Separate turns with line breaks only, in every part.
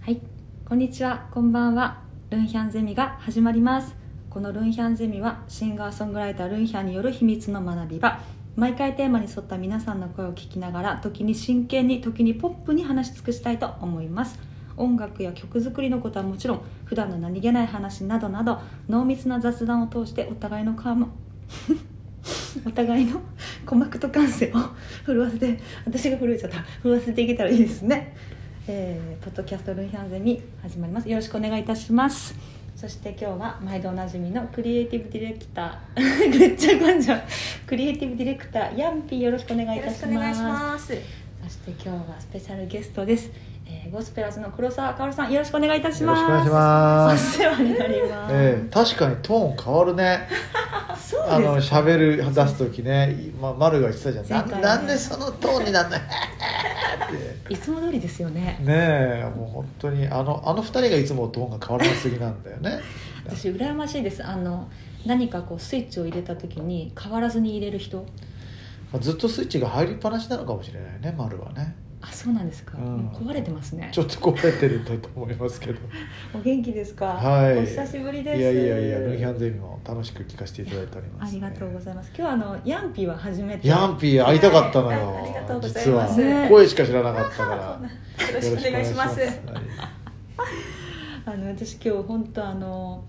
はい、こんにちは、こんばんは。ルンヒャンゼミが始まります。このルンヒャンゼミはシンガーソングライタールンヒャンによる秘密の学び場。毎回テーマに沿った皆さんの声を聞きながら、時に真剣に、時にポップに話し尽くしたいと思います。音楽や曲作りのことはもちろん、普段の何気ない話などなど、濃密な雑談を通してお互いの顔もお互いの 鼓膜と感性を震わせて私が震えちゃった震わせていけたらいいですねえー、ポッドキャストルンヒャンゼミ始まりますよろしくお願いいたしますそして今日は毎度おなじみのクリエイティブディレクター ぐっちゃこんじゃクリエイティブディレクターヤンピーよろしくお願いい
よ
たしま
ろし
す
くお願いします。
そして今日はスペシャルゲストです、えー、ゴスペラーズの黒沢かおるさんよろしくお願いいたします
よろしくお願いします
お世話になります、
ええ確かにトーン変わる ね
そうです
あの喋る出す時ね、ま、丸が言ってたじゃん、
前回ね
ななんでその トーンになんないって
いつも通りですよね
ねえもう本当にあのあの二人がいつもトーンが変わらなすぎなんだよね
私羨ましいですあの何かこうスイッチを入れた時に変わらずに入れる人
まあずっとスイッチが入りっぱなしなのかもしれないね丸はね
あそうなんですか、
うん
もう壊れてますね
ちょっと壊れてるんだと思いますけど
お元気ですか、
はい
お久しぶりです
いやいやいやルンヒャンゼミも楽しく聞かせていただいておりま
あ
す、
りがとうご
い
ざいます今日はあのヤンピーは初めて
ヤンピー会いたかったの
はいありがとうご
よ
ざい
実
ま
は
す
声しか知らなかった から
よろしくお願いします。
よろしくお願いします
あの私今日本当あの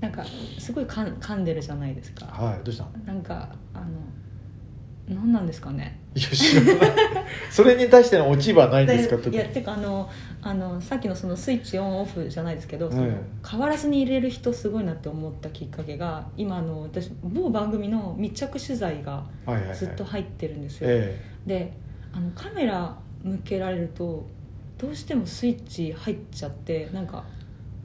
なんかすごい噛ん噛んでるじゃないですか
はい、どうしたの
なんかあの何なんですかね
いや知らないそれに対しての落ち葉ないんで すか特
い
に
やてかあのあのさっきのそのスイッチオンオフじゃないですけど、その
え
変わらずに入れる人すごいなって思ったきっかけが今あの私某番組の密着取材が
はいはいはい
ずっと入ってるんですよ、
え
であのカメラ向けられるとどうしてもスイッチ入っちゃってなんか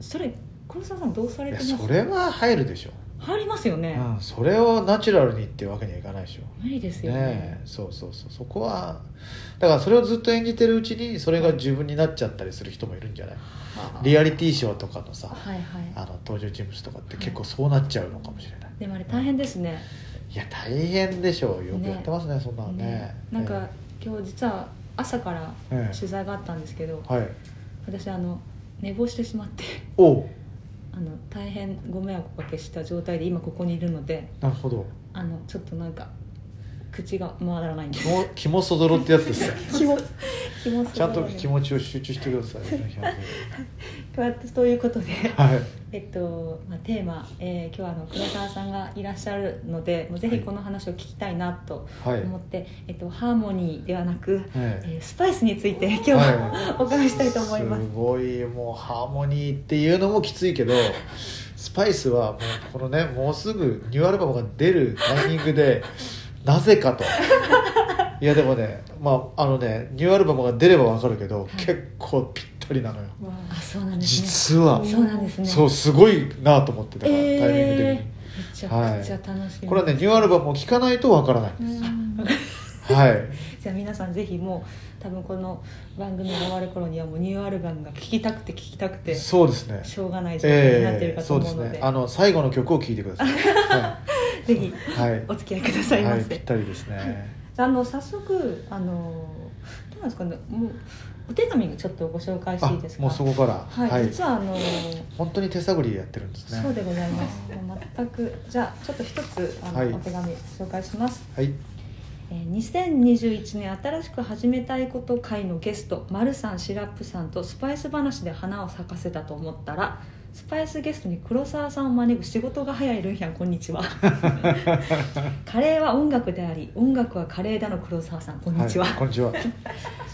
それ黒沢さんどうさ
え
れ
い
て
や
ます
それは入るでしょ、
入りますよね、
うん、それをナチュラルにっていうわけにはいかないでしょ
無理ですよね
ねえそうそうそうそこはだからそれをずっと演じてるうちにそれが自分になっちゃったりする人もいるんじゃない
はあ
リアリティショーとかのさ
はいはい
あの登場人物とかって結構そうなっちゃうのかもしれない
でもあれ大変ですね
いや大変でしょうよくやってますねそんなのね
なんか、
え
今日実は朝から
え
取材があったんですけど、
えはい
私あの寝坊してしまって
おう
あの大変ご迷惑をおかけした状態で今ここにいるので
なるほど
あのちょっとなんか口が回らないんで
気
す
も気もそぞろってやつですね
気も 気も
ちゃんと気
も
持ちを集中してください。
ということで
はい。
えっと、まあ、テーマ、えー今日はあの黒沢さんがいらっしゃるのでもうぜひこの話を聞きたいなと
はい。
思って、えっと、ハーモニーではなく、え
ええ
ースパイスについて今日は、お伺いしたいと思います
すごいもうハーモニーっていうのもきついけどスパイスはもうこのねもうすぐニューアルバムが出るタイミングでな ぜかといやでもねまああのねニューアルバムが出ればわかるけど、結構ぴったりなのよ
あそうなんです
実は、
ねそうなんですね
そうすごいなと思ってたから、
えー
タイミング的に
めちゃくちゃ楽しみ、
これはねニューアルバムを聴かないとわからないんです、はい
じゃあ皆さんぜひもう多分この番組が終わる頃にはもうニューアルバムが聴きたくて聴きたくてし
そうですね
ょうがない状態になってる
ええ
かと
そうで
思う
す
ので,、
ねあの最後の曲を聴いてくだ さいは
ぜひ
い、はい
お付き合いくださいま
は
せ、
い、ぴったりですね
あの早速あのどうなんですかねもうお手紙ちょっとご紹介していいですか
もうそこから
はい、実はあの
本当に手探りでやってるんですね
そうでございますもう全くじゃあちょっと一つあの、
はい
お手紙紹介します
はい
えー2021年新しく始めたいこと会のゲストまるさんシラップさんとスパイス話で花を咲かせたと思ったらスパイスゲストに黒沢さんを招く仕事が早いルンヒャンこんに ちはカレーは音楽であり音楽はカレーだの黒沢さんこんにちは、
いこんにち はそう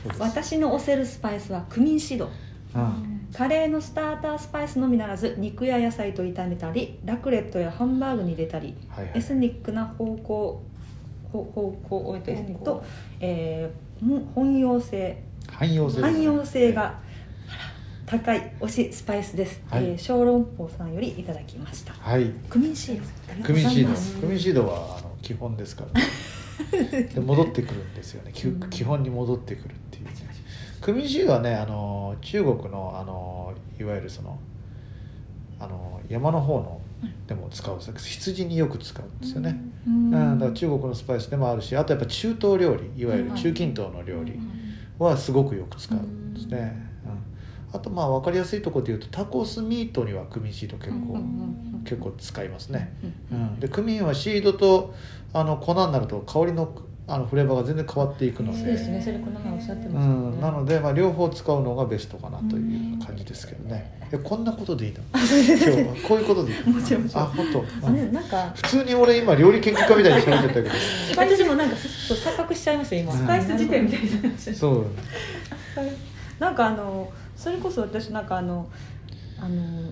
です
私の推せるスパイスはクミンシード
うん
カレーのスタータースパイスのみならず肉や野菜と炒めたりラクレットやハンバーグに入れたり
はいは
エ
い
スニックな方向方方向を置いてエスニックと、えーほん汎用性
汎用性ですね
汎用性が高い推しスパイスです、
はい
えー小籠包さんよりいただきました
はい
クミンシードありがと
ク
うご
ミン
ざ
シ
い
ー
ま
ド
す
クミンシードはあの基本ですからね、で戻ってくるんですよね基
うん
基本に戻ってくるっていうクミンシードはねあの中国のあのいわゆるそのあの山の方のでも使う羊によく使うんですよね、
うん
うん、だから中国のスパイスでもあるしあとやっぱ中東料理いわゆる中近東の料理はすごくよく使うんですね、うんあとまあ分かりやすいところで言うとタコスミートにはクミンシード結
う
構、
ん
結構使いますね、
う
うんん、でクミンはシードとあの粉になると香りのあのフレーバーが全然変わっていくの
そ
で
うですねそれこの前おっしゃって
う
ました
ん、な
ね
ので、まあ、両方使うのがベストかなという感じですけどね、えこんなこと でいいの今日はこういうことでいいの
もちろんもちろん
あ本当、
あ
うん
ねなんか
普通に俺今料理研究家みたいに喋ってたけど
私もなんかちょっと錯覚しちゃいました今
うん
スパイス辞典みたいになっち ゃう
そう
なんかあのそれこそ私なんかあのあの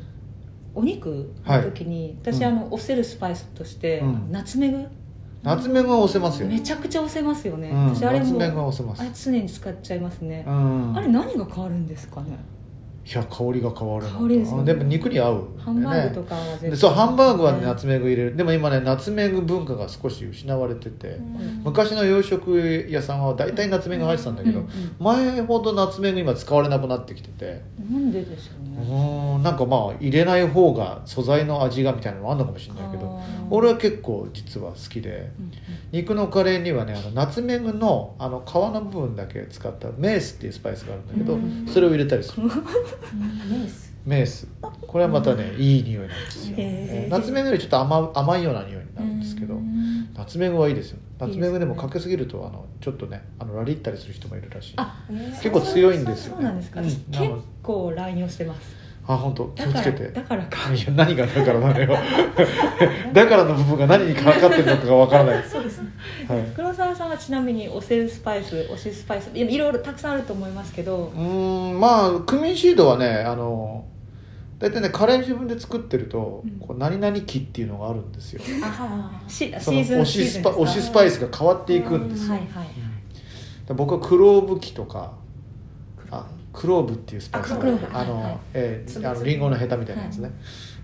お肉
はい
の時に、私
うん
あの押せるスパイスとして、
うん
ナツメグ
夏目が押せますよ、
めちゃくちゃ押せますよね、
うん、
私あれ
夏
も
目が押せま
あれ
す
常に使っちゃいますね
う、ん
あれ何が変わるんですかね
いや香りが変わるの
香りですよね
あでも肉に合うんだ
ハ
よね
ンバーグとかは全
で
部
そうハンバーグはね
ね
ナツメグ入れるでも今ねナツメグ文化が少し失われてて、
ん
昔の洋食屋さんは大体ナツメグ入ってたんだ
う
け
ん
ど、
う
前ほどナツメグ今使われなくなってきてて
ん、なんででしょう
う
ね、
ーんなんかまあ入れない方が素材の味がみたいなのもあるのかもしれないけど
あー
俺は結構実は好きで
うん
肉のカレーにはねあのナツメグのあの皮の部分だけ使ったメースっていうスパイスがあるんだけど、
うん
それを入れたりする
うん、です
メースこれはまたねいい匂いなんですよ、
へー
ナツメグよりちょっと甘甘いような匂いにな
う
る
ん
んで すけど、
うん
ナツメグはいいですよナツメグでも
いいですね
かけすぎるとあのちょっとねあのラリったりする人もいるらしい
あ
結構強いんですよ
そ
ね
うなんですか、私
うん
結構乱用してます
あ本当気
だ
をつ
か
け
ら
て
だからか
いや何がだからなのよ だからの部分が何にかかってるのかがわからないです、
そうですね
はい、
黒沢さんはちなみに押せるスパイス押しスパイスいやいろいろたくさんあると思いますけど
うーんまあクミンシードはねあの大体ねカレー自分で作ってると、
うん
こう何々木っていうのがある んですよ
あ
シシ
その
ーズン
推し
シ
ス
ーズン
パ
ですか
推しスパイスが変わっていくんですよ、
はいはい
うん僕はクローブ木とかあクローブっていうスパイス
あクローブ
あの、
はいはい
え
つぶつ
ー、
ぶ
あのリンゴのヘタみたいなやつね、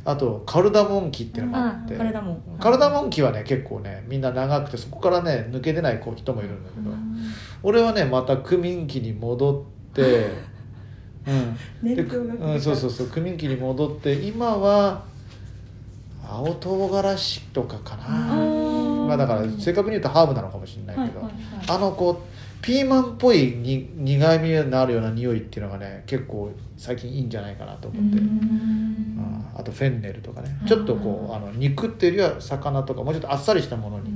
あとカルダモン木っていうのもあ
あ
って、
体も
カルダモン木はね結構ねみんな長くてそこからね抜け出ない子人もいるんだけど、俺はねまたクミン期に戻 って、うん、で
伝統が来た
うん、そうそうそうクミン期に戻って今は青唐辛子とかか
あ
な、
ー
まあ、だから正確に言うとハーブなのかもしれないけど、
はいはいはい
あのこうピーマンっぽいに苦みのあるような匂いっていうのがね結構最近いいんじゃないかなと思って。
うん
うんあとフェンネルとかね
あー
ちょっとこうあの肉っていうよりは魚とかもうちょっとあっさりしたものに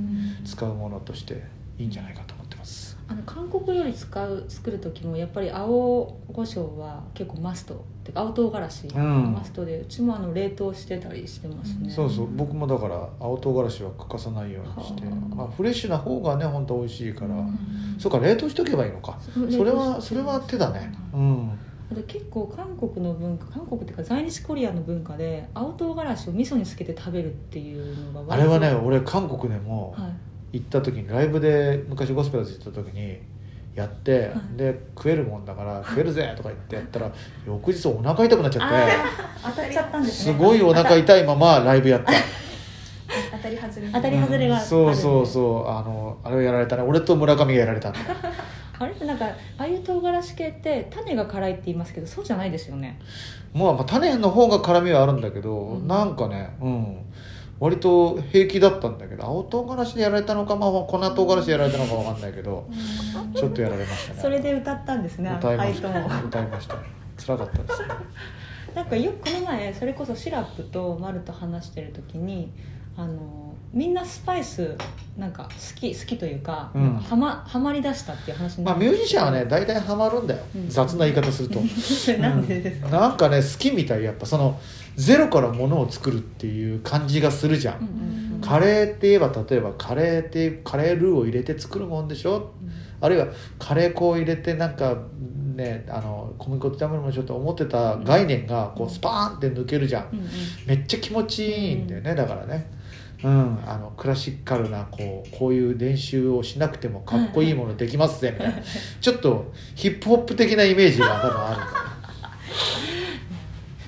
使うものとしていいんじゃないかと思ってます
あの韓国料理使う作る時もやっぱり青胡椒は結構マストっていうか青唐辛子、
うん
マストでうちもあの冷凍してたりしてますね
そうそう僕もだから青唐辛子は欠かさないようにして
はあ
まあ、フレッシュな方がね本当美味しいから、
うん
そうか冷凍しとけばいいのか
そう
それ
冷凍
は
して
それは手だね
う
うん
あと結構韓国の文化韓国っていうか在日コリアンの文化で青唐辛子を味噌につけて食べるっていうのが
あ
割
れ
と
はね俺韓国でも
はい
行った時にライブで昔ゴスペラーズ行った時にやって、
はい
で食えるもんだから食えるぜとか言ってやったら翌日お腹痛くなっちゃっ
当たっちゃったん
て
です
す
ね
ごいお腹痛いままライブやった
当たり外れ
当たり外れがある
そうそうそうあのあれをやられたね俺と村上がやられたんだ
あれってなんかああいう唐辛子系って種が辛いって言いますけどそうじゃないですよね
まあ、まあ種の方が辛みはあるんだけど、
うん
なんかねうん割と平気だったんだけど青唐辛子でやられたのか、まあ、粉唐辛子でやられたのかわかんないけどちょっとやられましたね
それで歌ったんですねあ
歌い
の
ま
愛
し
と
た
も
歌いました辛かったですね
なんかよくこの前それこそシラップとマルと話してる時にあのみんなスパイスなんか好き好きというか、
うん
なんかはまはまりだしたっていう話に
ま
な
あ
っ
ミ
て
ュージシャンはね大体ハマるんだよ、
うん
雑な言い方すると
なんでですか、
うんなんかね好きみたいやっぱそのゼロからものを作るっていう感じがするじゃん、
うんうんうん
カレーって言えば例えばカレーってカレールーを入れて作るもんでしょあるいはカレー粉を入れてなんかねあの小麦粉を炒めるもんでしょって思ってた概念がこうスパーンって抜けるじゃん
うんうん
めっちゃ気持ちいいんだよねだからねうん、あのクラシカルなこうこういう練習をしなくてもかっこいいものできますぜみたいなちょっとヒップホップ的なイメージが多分あるんだよね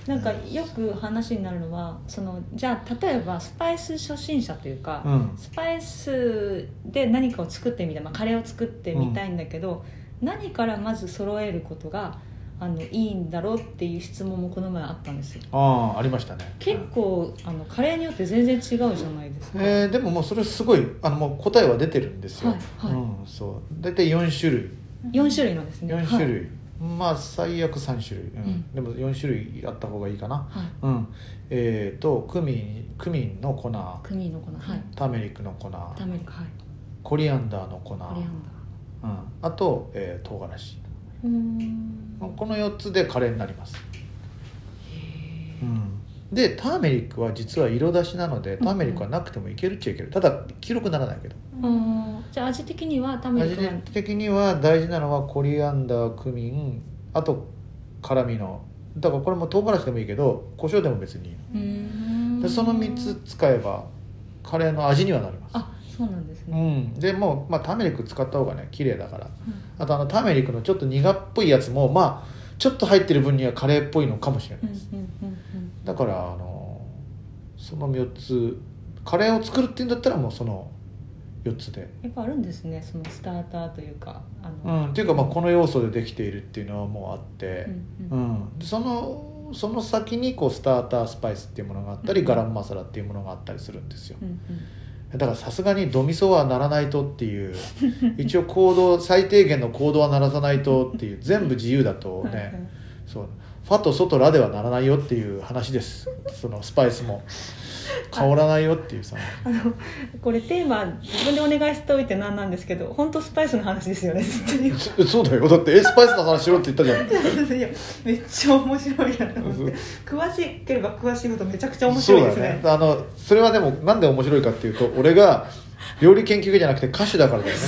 なんかよく話になるのはそのじゃあ例えばスパイス初心者というか、
うん
スパイスで何かを作ってみたい、まあ、カレーを作ってみたいんだけど、何からまず揃えることがあのいいんだろうっていう質問もこの前あったんですよ
ああありましたね
結構、あのカレーによって全然違うじゃないですか、
えーでももうそれすごいあのもう答えは出てるんですよ、
はいはい
うん、そう大体4種類
4種類なんですね
4種
はい
類まあ最悪3種類、うん
うん
でも4種類あった方がいいかな
はい
うんえっ、とクミンクミンの粉
クミンの粉はい
ターメリックの粉
ターメリックはい
コリアンダーの
コ
粉
リアン
うん、あと、えー、唐辛子
ダーうーん
この4つでカレーになります、うん、でターメリックは実は色出しなのでターメリックはなくてもいけるっちゃいけるただ黄色くならないけど
あーじゃあ味的にはターメリ
味
ックは
的には大事なのはコリアンダークミンあと辛味のだからこれも唐辛子でもいいけど胡椒でも別にいいの
うーん
でその3つ使えばカレーの味にはなります
あそうなんです
う
ね、
ん、でもう、まあ、ターメリック使った方がね綺麗だからあとあのターメリックのちょっと苦っぽいやつもまあちょっと入ってる分にはカレーっぽいのかもしれな
う
い
ん、う
です、
んうんうん
だからあのその4つカレーを作るっていうんだったらもうその4つで、
やっぱあるんですねそのスターターというかあ
う
の、
ん、っていうかまあこの要素でできているっていうのはもうあっ
う
て、
んう
う
ん
んでそのその先にこうスタータースパイスっていうものがあったり、
うん
ガラムマサラっていうものがあったりするんですよ
うん
だからさすがにドミソはならないとっていう 一応行動最低限の行動はならさないとっていう全部自由だと
うん
ねそうファとソとラではならないよっていう話ですそのスパイスも香らないよっていうさ
あのこれテーマ自分でお願いしておいてなんなんですけど本当スパイスの話ですよねずっと言う
そそうだよだってえスパイスの話しろって言ったじゃん
いやめっちゃ面白いなと思って詳しければ詳しいほどめちゃくちゃ面白いですね
そうだよねあのそれはでもなんで面白いかっていうと俺が料理研究家じゃなくて歌手だからだよね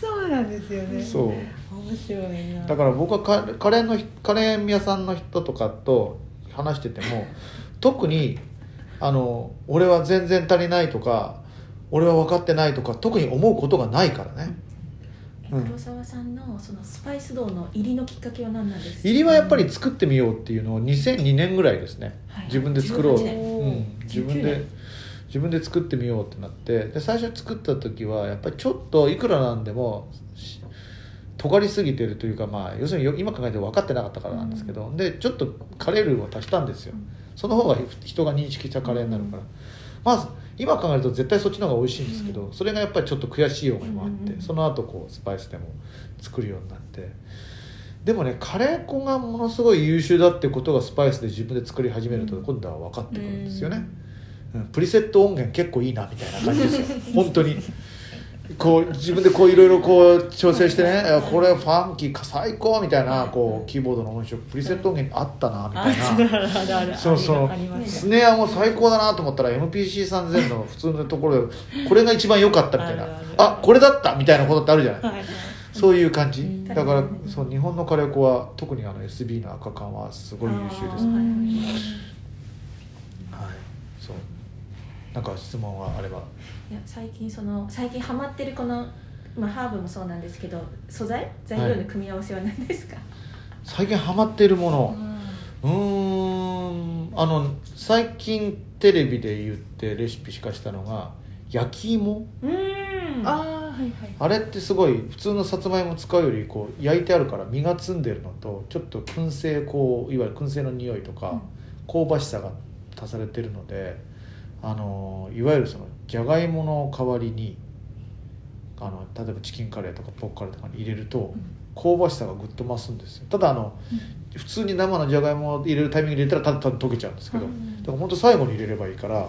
そうなんですよね
そう
面白いな
だから僕はカカレーのひカレー屋さんの人とかと話してても特にあの俺は全然足りないとか俺は分かってないとか特に思うことがないからねうん
黒沢さんのそのスパイス道の入りのきっかけは何なんですか
入りはやっぱり作ってみようっていうのを2002年ぐらいですね、
はい
自分で作ろう、
18年
うん、自分
19
で
年
自分で作ってみようってなってで最初作った時はやっぱりちょっといくらなんでもし尖りすぎてるというか、まあ、要するによ今考えて分かってなかったからなんですけど、でちょっとカレールーを足したんですよ、
うん
その方が人が認識したカレーになるから、まず今考えると絶対そっちの方が美味しいんですけど、
う
それがやっぱりちょっと悔しい思いもあって、
うんうんうん
その後こうスパイスでも作るようになってでもねカレー粉がものすごい優秀だってことがスパイスで自分で作り始めると
うん
今度は分かってくるんですよね、うんプリセット音源結構いいなみたいな感じですよ本当にこう自分でこういろいろこう調 整してねあこれファンキーか最高みたいなこうキーボードの音色プリセット音源あったなみた
あ
いな
るあるある
そうそう
あります
スネアも最高だなと思ったら MPC3000 の普通のところでこれが一番良かったみたいな
あるある
あこれだったみたいなことってあるじゃない
はいはい
そういう感じ、
うん
だからそう日本のカレー粉は特にあの SB の赤缶はすごい優秀ですね
ね
はいそうなんか質問はあれば
いや最近その最近ハマってるこの、まあ、ハーブもそうなんですけど素材材料の組み合わせは何ですか、
最近ハマっているもの
あ
うーんあの最近テレビで言ってレシピ化したのが焼き芋
ーうん
ああはいはい
あれってすごい普通のさつまいも使うよりこう焼いてあるから身がつんでるのとちょっと燻製こういわゆる燻製の匂いとか香ばしさが足されてるのであのいわゆるそのじゃがいもの代わりにあの例えばチキンカレーとかポッカレーとかに入れると香ばしさがぐっと増すんですよただあの普通に生のじゃがいもを入れるタイミングで入れたらただ単に溶けちゃうんですけど
う
だ
ん
から本当最後に入れればいいから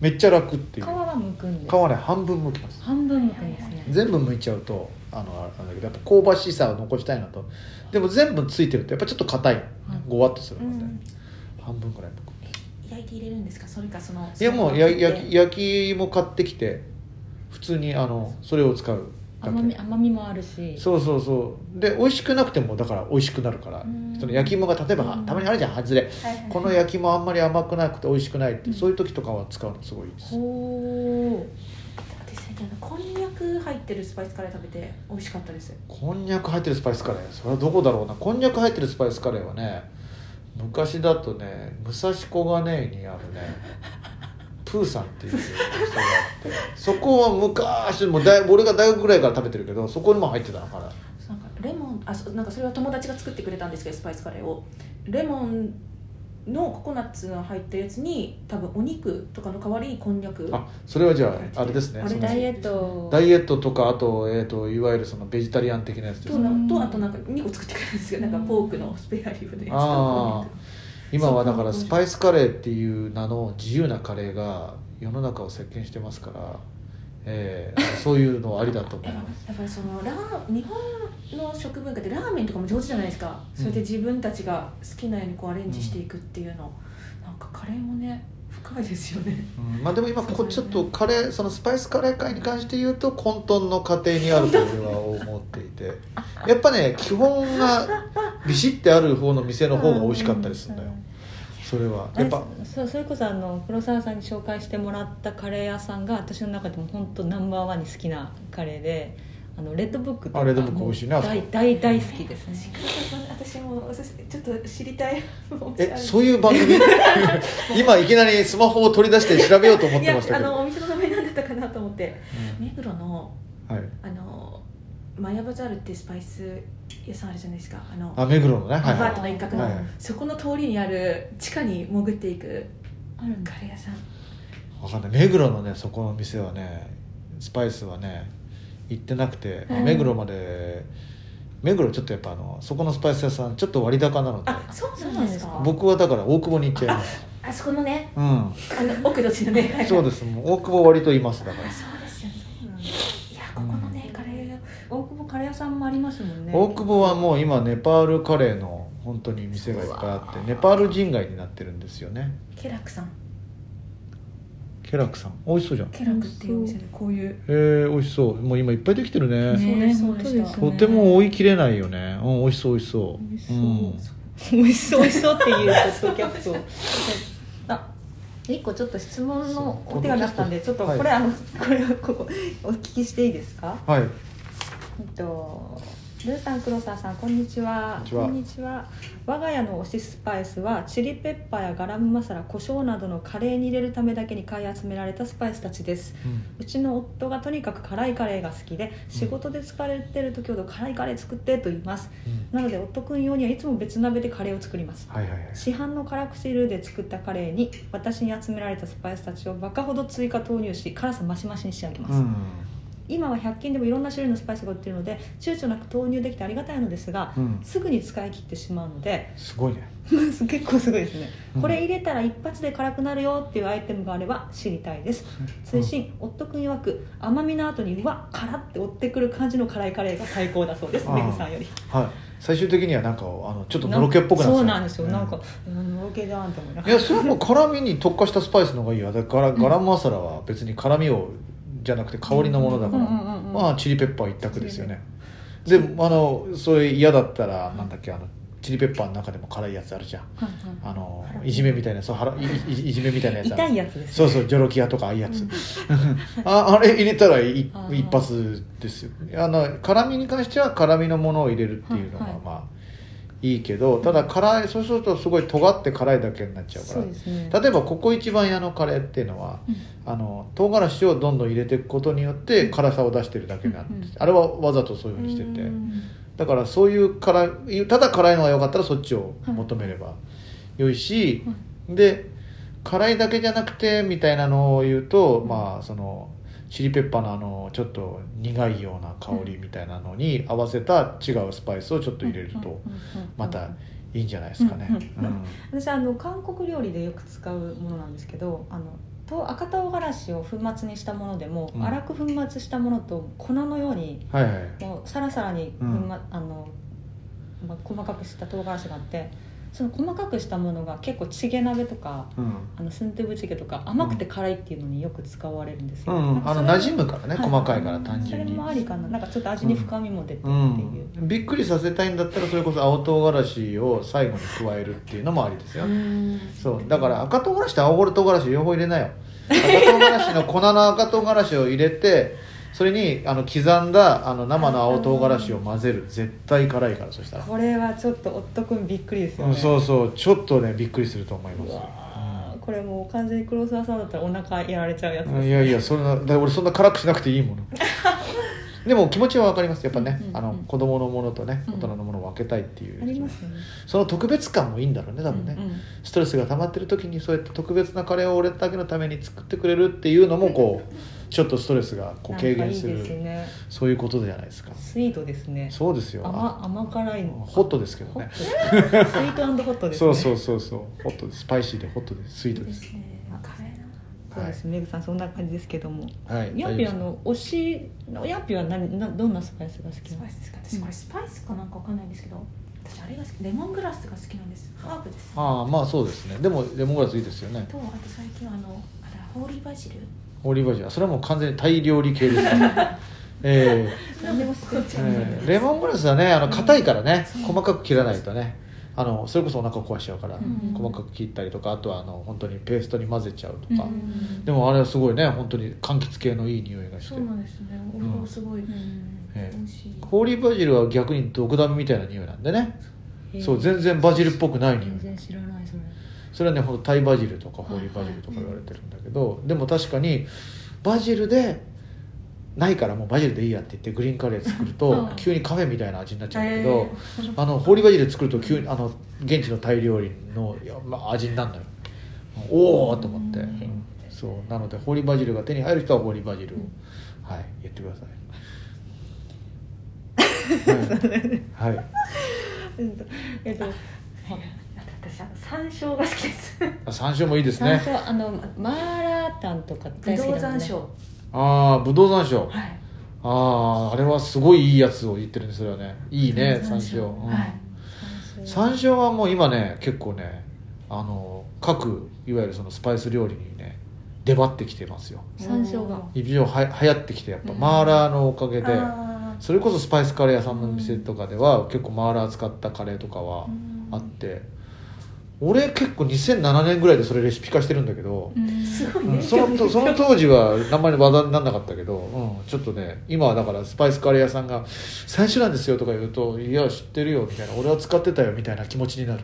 めっちゃ楽っていう
皮
皮
は剥くんです
ね半分剥きます
半分剥くんですね
全部剥いちゃうとあのあれなんだけどやっぱ香ばしさを残したいのとでも全部ついてるとやっぱちょっと硬いごわっとするの
う
で、
ん
半分くらい僕
焼いて入れるんですかそれかその
いやもうや焼き
き
焼き芋買ってきて普通にあのそれを使うだ
甘み
け
甘みもあるし
そうそうそうで美味しくなくてもだから美味しくなるから
うん
その焼き芋が例えば
うん
たまにあるじゃん外れこの焼き芋あんまり甘くなくて美味しくないってそういう時とかは使うのすごいいいです
ほう
私最近あのこんにゃく入ってるスパイスカレー食べて美味しかったです
こんにゃく入ってるスパイスカレーそれはどこだろうなこんにゃく入ってるスパイスカレーはね昔だとね武蔵小金井にあるねプーさんっていうお店があってそこは昔もうだい俺が大学ぐらいから食べてるけどそこにも入ってたのかな
なんかレモンあそなんかそれは友達が作ってくれたんですけどスパイスカレーをレモンのココナッツが入ったやつに多分お肉とかの代わりにこんにゃく
あそれはじゃああれですね
あれ
その
ダイエット
ダイエットとかあと,、えー、といわゆるそのベジタリアン的なやつで
と
す
う
ね
ん
なんとあとなんか2個作ってくれるんですけどなんかポークのスペアリブのやつとこん
あ
に
あ今はだからスパイスカレーっていう名の自由なカレーが世の中を席巻してますから、えーそういうのありだと思い
ゃ
ます
くやっぱりそのラー日本の食文化ってラーメンとかも上手じゃないですか、それで自分たちが好きなようにこうアレンジしていくっていうの、なんかカレーもね深いですよね
うんまあでも今
そうだね
こうちょっとカレーそのスパイスカレー界に関して言うと混沌の過程にあると俺は思っていてやっぱね基本がビシッてある方の店の方が美味しかったりするんだよそれは
あれ
やっぱ
そうそれこそあの黒沢さんに紹介してもらったカレー屋さんが私の中でも本当ナンバーワンに好きなカレーであのレッドブックとか
あレッドブック美味しいねあそこ
大大大好きですね
私もちょっと知りたい
えそういう 番組今いきなりスマホを取り出して調べようと思っ
い
て
や
ました
あ
けど、
のお店の名前なんだったかなと思って
う
目黒の
んはい、
あのマヤバザールってスパイス屋さんあるじゃないですかあの
あ目黒のね、はい
アパ
は
ートの一角
い
の、
はい、
そこの通りにある地下に潜っていく
あるんだ
カレー屋さん
わかんない目黒のねそこの店はねスパイスはね行ってなくて、
うん
目黒まで目黒ちょっとやっぱあのそこのスパイス屋さんちょっと割高なので
あそうなんですか
僕はだから大久保に行っちゃい ます
あそこのね
う
あの奥戸のね
ん そう
で
ですもう大久保割といますだか
あ
ら
そうですよねいやここのねカレー
大久保カレー屋さんもありますもんね
大久保はもう今ネパールカレーの本当に店がいっぱいあってネパール人街になってるんですよね
ケラクさん
ケラクさん美味しそうじゃんへ
ケラクっていうお店でこういう
え美味しそうもう今いっぱいできてるね
そうです
本当
そうでした
とても追い切れないよね、うん、美味しそう美味しそう
美味しそう
うん
美味しそう美味しそうっていうポッドキャストをあ一個ちょっと質問のお手紙だったんでちょっとこれ、
は
あのこれをここお聞きしていいですか
はい
えっとルーさん黒沢さんこんにちは
こんに
は我が家の推しスパイスはチリペッパーやガラムマサラ胡椒などのカレーに入れるためだけに買い集められたスパイスたちですうちの夫がとにかく辛いカレーが好きで仕事で疲れてる時ほど辛いカレー作ってと言います
うん
なので夫君用にはいつも別鍋でカレーを作ります
はいはいはい
市販の辛口ルーで作ったカレーに私に集められたスパイスたちをバカほど追加投入し辛さ増し増しに仕上げます、
うん
今は100均でもいろんな種類のスパイスが売ってるので躊躇なく投入できてありがたいのですが
うん、
すぐに使い切ってしまうので
すごいね、
結構すごいですね、
うん
これ入れたら一発で辛くなるよっていうアイテムがあれば知りたいです追伸、夫君曰く甘みの後にうわ辛って追ってくる感じの辛いカレーが最高だそうです
あー
メグさんより
はい、最終的にはなんかあのちょっとのろけっぽくなって
そう
た
なんですよ、なんかうんのろけだんと思いなが
い
ら
やそれはもう辛みに特化したスパイスの方がいいよだからガラムマサラは別に辛みをじゃなくて香りのものだから、
うんうんうんうん
まあチリペッパー一択ですよね
チ
で
リペ
あのそれ嫌だったらなんだっけあのチリペッパーの中でも辛いやつあるじゃん
はいはい
あのいじめみたいなそう腹いいいいじめみたいなやつある
痛いやつです
そうそうジョロキアとかああいうやつ、ああ れ入れたらい一
あー
一発ですよあの辛みに関しては辛みのものを入れるっていうのが
はいはい
まあ、いいけどただ辛いそうするとすごい尖って辛いだけになっちゃうか
そうですね
ら例えばここ一番屋のカレーっていうのは
うん
あの唐辛子をどんどん入れていくことによって辛さを出してるだけなんです、
うんうん
あれはわざとそういうふうにしてて
うん
だからそういう辛いただ辛いのが良かったらそっちを求めれば良いし、
はい
で辛いだけじゃなくてみたいなのを言うと、まあそのチリペッパーのあのちょっと苦いような香りみたいなのに合わせた違うスパイスをちょっと入れると
うんうんうんうん
またいいんじゃないですかね、
うん
うん
私あの韓国料理でよく使うものなんですけどあのと赤唐辛子を粉末にしたものでも、
うん
粗く粉末したものと粉のように
はいはい
もうさらさらに粉、
うん
あの、まあ、細かくした唐辛子があってその細かくしたものが結構チゲ鍋とか
うん
あのスントゥブチゲとか甘くて辛いっていうのによく使われるんですよ、
うんうん、あの
な
馴
んかそれ
染むから
は
ね、
い
細かいから単
そ
純
れ
に
もありかななんかちょっと味に深みも出てっていうう、
ん、びっくりさせたいんだったらそれこそ青唐辛子を最後に加えるっていうのもありですよ、そうだから赤唐辛子と青唐辛子両方入れなよ赤唐辛子の粉の赤唐辛子を入れてそれにあの刻んだあの生の青唐辛子を混ぜる絶対辛いからそしたら、
これはちょっと夫君びっくりですよ
う
ね、
ん、そうそうちょっとねびっくりすると思います
うこれもう完全に黒沢さんだったらお腹やられちゃうやつ
うん
で
いやいやそんなだ俺そんな辛くしなくていいもの でも気持ちは分かりますやっぱ
う
ね、
んうんうん
あの子供のものとね
うん
大人のものを分けたいっていう、
ありますよね
その特別感もいいんだろうね多分ね、
うんうん
ストレスが溜まってる時にそうやって特別なカレーを俺だけのために作ってくれるっていうのもこうちょっとストレスがこう軽減する
なんかいいですね
そういうことじゃないですか
スイートですね
そうですよあ
甘甘辛いの
ホットですけど
ホッ
ね
トスイートホットです
そ
ね
うそうそうそうホットですスパイシーでホットですスイートです
カレーな
そうですメグさんそんな感じですけども
はい
ヤンピはあの推しのヤンピは何などんなスパイスが好き
ス
な
パ
の
イスですか私これスパイスかなんかわかんないんですけど私あれが好きレモングラスが好きなんですハーブです
ああまあそうですねでもレモングラスいいですよね
とあと最近あのあらホーリーバジル
オリーブオイルそれはもう完全にタイ料理系です ねええ
何でも好き
なんかこう
ええレモングラスはねあの硬いからね、
うん
細かく切らないとねあのそれこそお腹壊しちゃうから、
うん
細かく切ったりとかあとはあの本当にペーストに混ぜちゃうとか、
うん
でもあれはすごいね本当に柑橘系のいい匂いがして
そうなんですねお
ん
風呂すごい、
ええ
美味しい
ホーリーバジルは逆に毒ダミみたいな匂いなんでね、そう全然バジルっぽくない匂い
全然知らないそれ
それはねほんとタイバジルとかホーリーバジルとか言われてるんだけど、でも確かにバジルでないからもうバジルでいいやって言ってグリーンカレー作ると
うん
急にカフェみたいな味になっちゃうんだけ
え
ど、
ー
あのホーリーバジル作ると急にあの現地のタイ料理のいや、まあ、味になるのよおおと思って、
うん
うんそうなのでホーリーバジルが手に入る人はホーリーバジルを、はい言ってくださいはい、はい、
えっと
なんか私あの山椒が好き です
あ山椒もいいです
山
ね
椒あのマーラータンとか
ぶ
大好き
どう
な
山
んですね
椒
ああぶどう山椒
はい
あああれはすごいいいやつを言ってるんですよねいいね山
山椒
椒、うん
はい
山椒はもう今ね結構ねあの各いわゆるそのスパイス料理にね出張ってきてますよ
山椒が
一応は流行ってきてやっぱ
うん
マーラーのおかげで、
あ
それこそスパイスカレー屋さんの店とかでは結構マーラー使ったカレーとかは
ーうん
あって、俺結構2007年ぐらいでそれレシピ化してるんだけど、
すごい
うん
ね
そのその当時はあんまり話題にならなかったけど、うん、ちょっとね今はだからスパイスカレー屋さんが「最初なんですよ」とか言うと「いや知ってるよ」みたいな「俺は使ってたよ」みたいな気持ちになる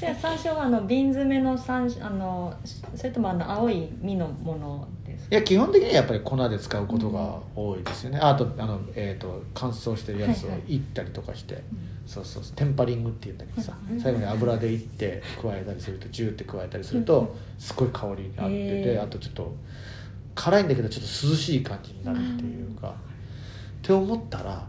じゃあ山椒はあの瓶詰めの山あのそれともあの青い実のものです
いや基本的にはやっぱり粉で使うことが多いですよね、あとあの、えー、と乾燥してるやつを
はいはい
いったりとかして、そうそうテンパリングっていうんだけどさ、最後に油でいって加えたりするとジューって加えたりする
うん
とすごい香りになってて、
へー
あとちょっと辛いんだけどちょっと涼しい感じになるっていうか、って思ったら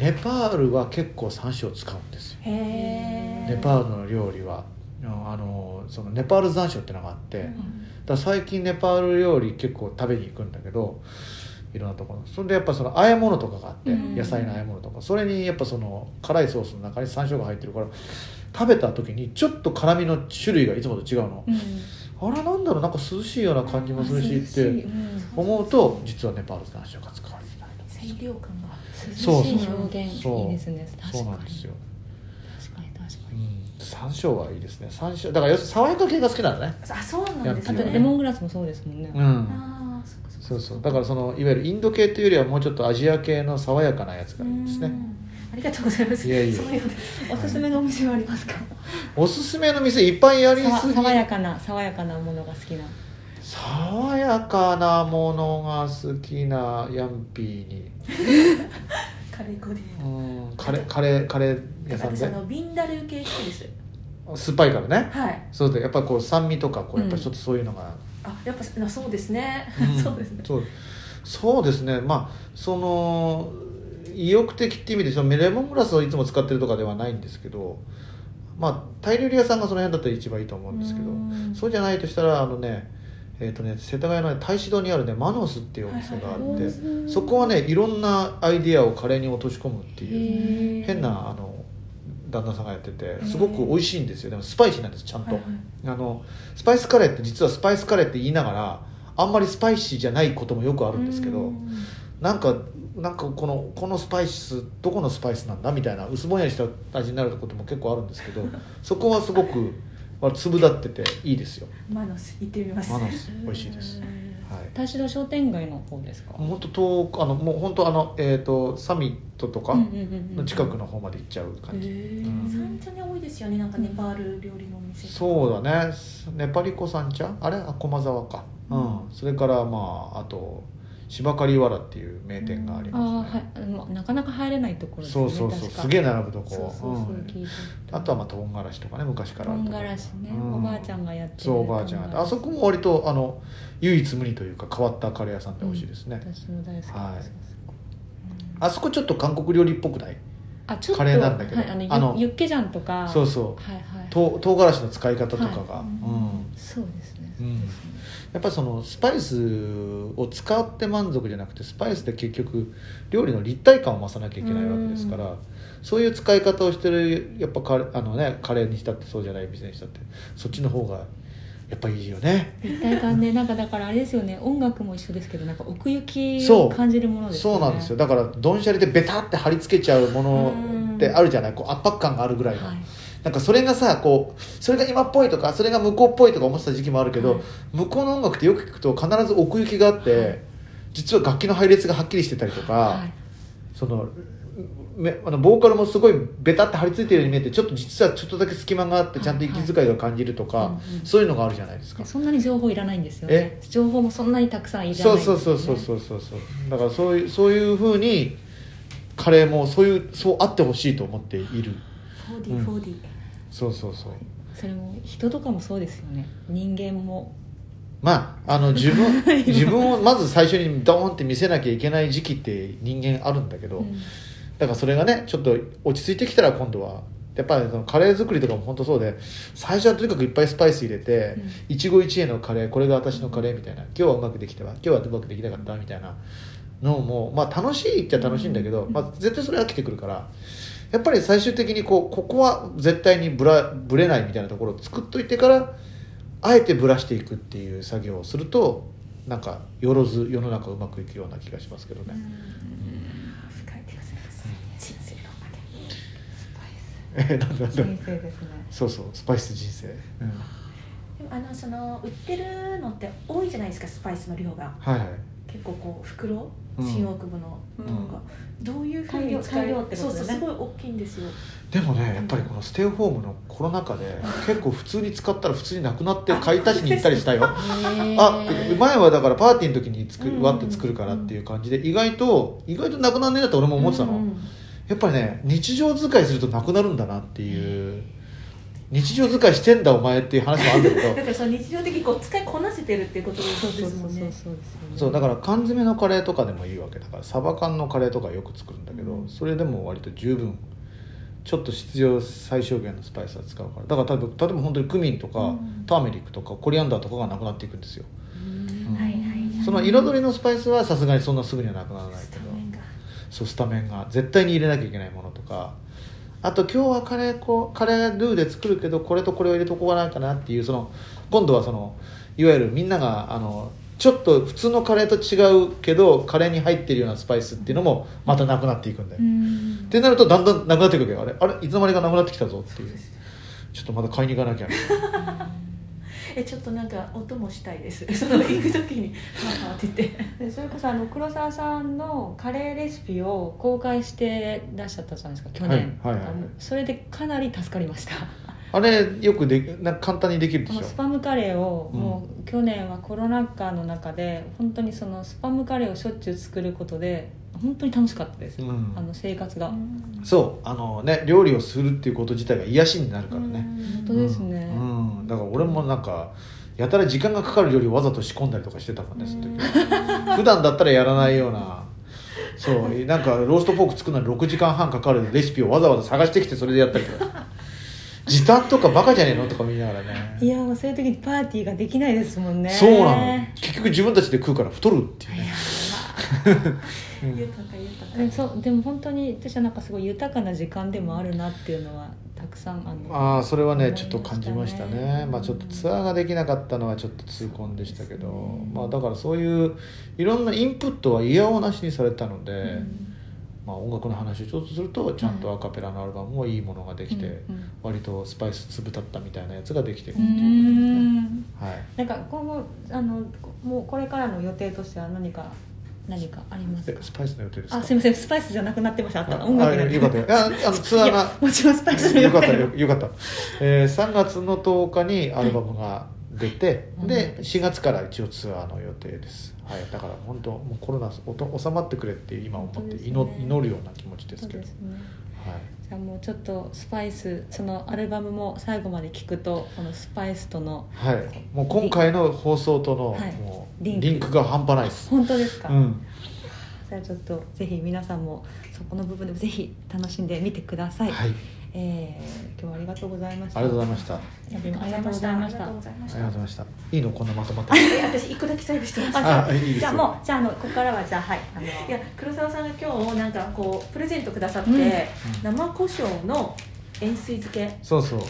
ネパールは結構山椒を使うんですよ
へえ
ネパールの料理はうんあのそのネパール山椒ってのがあって、
うん
だから最近ネパール料理結構食べに行くんだけどいろんなところそれでやっぱその和え物とかがあって、
うん
野菜の和え物とかそれにやっぱその辛いソースの中に山椒が入ってるから食べた時にちょっと辛みの種類がいつもと違うの、あれなんだろうなんか涼しいような感じもするしって思うと実はネパール山椒が使われてたりとか
清涼感が
そう
涼しい表現
そう
いいですね確か
そう
に
なんですよ、
確かに確か
う
に
ん、山椒はいいですね山椒だから要するに爽やか系が好きなのね
あそうなんです
あ
ね
とレモングラスもそうですもんね
うん
あーそっかそっか
そうそうだからそのいわゆるインド系というよりはもうちょっとアジア系の爽やかなやつがいいです
う
ね
んありがとうございます
いやいや
そうなんです
おすすめのお店はありますか
おすすめの店いっぱいあり
さ
すぎ
爽やかな爽やかなものが好きな
爽やかなものが好きなヤンピーに
カレーコーディネー
うんカレーカレーカレー屋
ト
さん
私あ
で
のビンダルー系好きです
酸っぱいからね
はい
そうでやっぱこう酸味とか
う
こうんやっぱちょっとそういうのが、
あやっぱそうですね
ん
そうですね
そうそうですねまあその意欲的っていう意味でそのレモングラスをいつも使ってるとかではないんですけどまあタイ料理屋さんがその辺だったら一番いいと思うんですけど
うん
そうじゃないとしたらあのねえーとね、世田谷のね大使堂にあるねマノスっていうお店があって、
はいはいマノス
そこはねいろんなアイディアをカレーに落とし込むっていう
へ
変なあの旦那さんがやってて
ー
すごく美味しいんですよでもスパイシーなんですちゃんと、
はいはい
あのスパイスカレーって実はスパイスカレーって言いながらあんまりスパイシーじゃないこともよくあるんですけ
う
ど
ん
なんかなんかこのこのスパイスどこのスパイスなんだみたいな薄ぼんやりした味になることも結構あるんで すけどそこはすごくまあ粒立ってていいですよ
マノス行ってみます
マナス美味しいですはい
田代商店街の方ですか
もっと遠くあのもう本当あのえっ、とサミットとかの近く
の
の方まで行っちゃう感じ、
うん三茶に多いですよねなんかネパール料理のお店
そうだねネパリコさんちゃんあれあ駒沢かうん、それからまああと芝刈原っていう名店があり
あ
ますね、
ーはいもうなかなか入れないところです
そ
ね
うそうそう
確か
すげえ並ぶと
そう
こ
そうそう、
うん
聞いた
あとはまあ唐辛子とかね昔から
唐
あるとこ
辛子ね、
うん
おばあちゃんがやってる
そうおばあちゃ
唐辛
ん
子
あそこも割とあの唯一無二というか変わったカレー屋さんで美味しいですね、
私も大好きです、
はい
うん
あそこちょっと韓国料理っぽくない
あちょっと
カレーなんだけど
はい、あのゆ
あの
ユッケジャンとか
そうそう
はいはい
と唐辛子の使い方とかが、
は
うん
そうですね、
うんやっぱりそのスパイスを使って満足じゃなくてスパイスで結局料理の立体感を増さなきゃいけないわけですから、そういう使い方をしてるやっぱカレーあの、ね、カレーにしたってそうじゃない店にしたってそっちの方がやっぱいいよね
立体感でなんかだからあれですよね音楽も一緒ですけどなんか奥行き
そ
を
う
感じるものですよ
そ
ね
うなんですよだからどんしゃりでベタって貼り付けちゃうものってあるじゃないこう圧迫感があるぐらいの、
はい
なんかそれがさこうそれが今っぽいとかそれが向こうっぽいとか思ってた時期もあるけど、
はい
向こうの音楽ってよく聞くと必ず奥行きがあって、
はい
実は楽器の配列がはっきりしてたりとか、
はい
そのめあのボーカルもすごいベタって張り付いてるように見えてちょっと実はちょっとだけ隙間があってちゃんと息遣いが感じるとか、
はいはいうんうん
そういうのがあるじゃないですか。
そんなに情報いらないんですよね情報もそんなにたくさんいらない
そうそうそうそうそうそうそうだからそういうそういうふうにカレーもそういうそうあってほしいと思っている
4D4D、4D
そうそうそう
それも人とかもそうですよね人間も
まああの 自分
今
自分をまず最初にドーンって見せなきゃいけない時期って人間あるんだけど、
うん
だからそれがねちょっと落ち着いてきたら今度はやっぱりそのカレー作りとかも本当そうで最初はとにかくいっぱいスパイス入れて、一期一会のカレーこれが私のカレーみたいな今日はうまくできたわ今日はうまくできなかったみたいなのもまあ楽しいっちゃ楽しいんだけど、
うん
まあ、絶対それ飽きてくるからやっぱり最終的にこうここは絶対にぶらぶれないみたいなところを作っといてからあえてぶらしていくっていう作業をするとなんかよろず世の中うまくいくような気がしますけどね。
深いでございます人生のおかげスパイス
え なんだなんだ
人生ですね
そうそうスパイス人生、うん、
でもあのその売ってるのって多いじゃないですかスパイスの量が
はいはい
結構こう袋
うん
新大久保の
うん
なんか、どういうふうに使
大量大量ってこと
そう
だ
そ
よね
うすごい大きいんですよ
でもねやっぱりこのステイホームのコロナ禍で結構普通に使ったら普通になくなって買い足しに行ったりした よあ前はだからパーティーの時に作
う
る
ん
割って作るからっていう感じで意外と意外となくなんねえなって俺も思ってたの、
うん
やっぱりね日常使いするとなくなるんだなっていう日常使いしてんだお前っていう話もあるんだけど
だからその日常的にこう使いこなせてるっていうことで
そうそう
す
そ
も
うんそう
ね
そうですよね
そうだから缶詰のカレーとかでもいいわけだからサバ缶のカレーとかよく作るんだけど、
うん
それでも割と十分ちょっと必要最小限のスパイスは使うからだから例えば例えば本当にクミンとか、
うん
ターメリックとかコリアンダーとかがなくなっていくんですよ
うん
はいはい
その彩りのスパイスはさすがにそんなすぐにはなくならない
ス
け
タ
ど
メンが
そうスタメンが絶対に入れなきゃいけないものとかあと今日はカレーこカレールーで作るけどこれとこれを入れとこうがないかなっていうその今度はそのいわゆるみんながあのちょっと普通のカレーと違うけどカレーに入ってるようなスパイスっていうのもまたなくなっていくんだよ、
うん
ってなるとだんだんなくなっていくわけよあれあれいつの間にかなくなってきたぞって
そ
いうう
ですね
ちょっとまた買いに行かなきゃみたいな
えちょっとなんか音もしたいです その行く時にハーハーって言って
でそれこそあの黒沢さんのカレーレシピを公開してらっしゃったじゃないですか去年、
はいはいはいはい
あのそれでかなり助かりました
あれよくでなんか簡単にできるで
あ
し
の
ょ
スパムカレーを
うん
もう去年はコロナ禍の中で本当にそのスパムカレーをしょっちゅう作ることで本当に楽しかったです、
うん
あの生活が、本
そうあのね料理をするっていうこと自体が癒しになるからね、
当ですね、
うんうんだから俺もなんかやたら時間がかかる料理をわざと仕込んだりとかしてたもんねその時普段だったらやらないようなそうなんかローストポーク作るのに6時間半かかるレシピをわざわざ探してきてそれでやったりとか時短とかバカじゃねえのとか見ながらね
いやもうそういう時にパーティーができないですもんね
そうなの結局自分たちで食うから太るっていうね
豊か豊か
でもそうでも本当に私はなんかすごい豊かな時間でもあるなっていうのはたくさんあの
ああそれはねちょっと感じました
思いました
ね
ね
まあちょっとツアーができなかったのはちょっと痛恨でしたけど、まあだからそういういろんなインプットは嫌おなしにされたので、まあ音楽の話をちょっとするとちゃんとアカペラのアルバムもいいものができて、
うんうん
割とスパイス粒立ったみたいなやつができて
う
るってい
ん
うことですね、はい
なんか今後あのもうこれからの予定としては何か何かあります
え
か
スパイスの予定ですか
あすみませんスパイスじゃなくなってましたあった
あ
音楽
あ
にな
よかったよああのツア
い
ー
や
が
もちろんスパイスの
よ
予
かった
定
よよかった、えー、3月の10日にアルバムが出て、
うん
で4月から一応ツアーの予定です、はい、だから本当もうコロナおと収まってくれって今思って祈,、
本当ですね
祈るような気持ちです
そう
けど
ですね
はい
じゃあもうちょっとスパイスそのアルバムも最後まで聞くとこのスパイスとの
はい、もう今回の放送との、
はい
もう
リ
リ
ン
ン
ク
クが半端ないです。
本当ですか、
うん、
じゃあちょっとぜひ皆さんもそこの部分でもぜひ楽しんでみてくださ、
はいい、あり
えー今日はありがとうございました
がとうございました。あ
ありがとうございました
ありがとうございま
り
し
がと
た
うございました。いいの、こんなまとまった。
え私一個だけ最後してます
あ、いいです
じゃあ
よ。
もうじゃああのここからはじゃあはいあの
いや黒沢さんが今日なんかこうプレゼントくださって、
うん
生胡椒の塩水漬け
そうそう、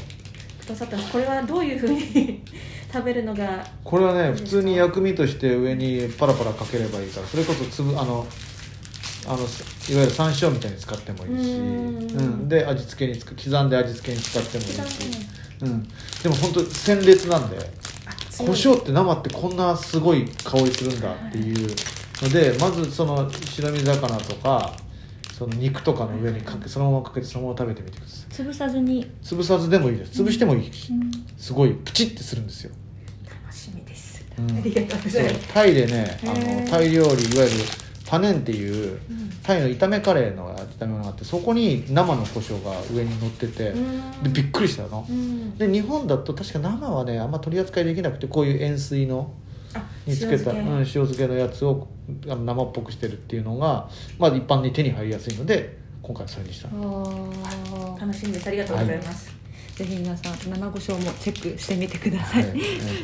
くださったんですこれはどういうふうに 食べるのが
これはね、普通に薬味として上にパラパラかければいいから、それこそ粒、あの。あの、いわゆる山椒みたいに使ってもいいし、
う
うんん、で、味付けにつく、刻んで味付けに使ってもいい
刻ん
し。
で
うん、でも本当鮮烈なんで。
あ
胡椒って生ってこんなすごい香りするんだっていうのでまずその白身魚とかその肉とかの上にかけそのままかけてそのまま食べてみてください
潰さずに、
潰さずでもいいです潰してもいいし
うん
すごいプチってするんですよ、
楽しみです、
うん
ありがとうご
そ
ざ
う
います
タイでねあ
へー
のタイ料理いわゆるパネンっていう
うん
タイの炒めカレーの炒め物があってそこに生の胡椒が上に乗っててでびっくりしたの
うん
で日本だと確か生はねあんま取り扱いできなくてこういう塩水の
あ
につけたうん
塩
塩漬けのやつをあの生っぽくしてるっていうのが、まあ、一般に手に入りやすいので今回はそれにした
け楽しみですありがとうございます、
ぜひ皆さん生胡椒もチェックしてみてください、
はい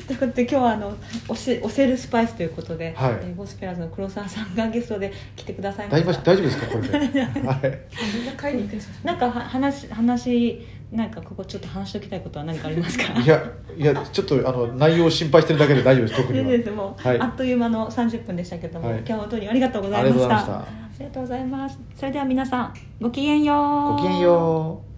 ということで今日はあの押し押せるスパイスということで、
はい
えーゴスペラーズの黒沢さんがゲストで来てくださいま
大
し
丈夫
た
大丈夫ですかこれ で、はい、
みんな買いに行くんですよ
なんかは話話なんかここちょっと話しておきたいことは何かありますか
いやいやちょっとあの内容を心配してるだけで大丈夫です特に
全
は
然ですもう、
はい
あっという間の30分でしたけども、
はい
今日は本当にありがとうござ
あ
い
りがとう
ま
ご
し
ざいま
た
した
ありがとうございますそれでは皆さんごきげんよう
ごきげんよう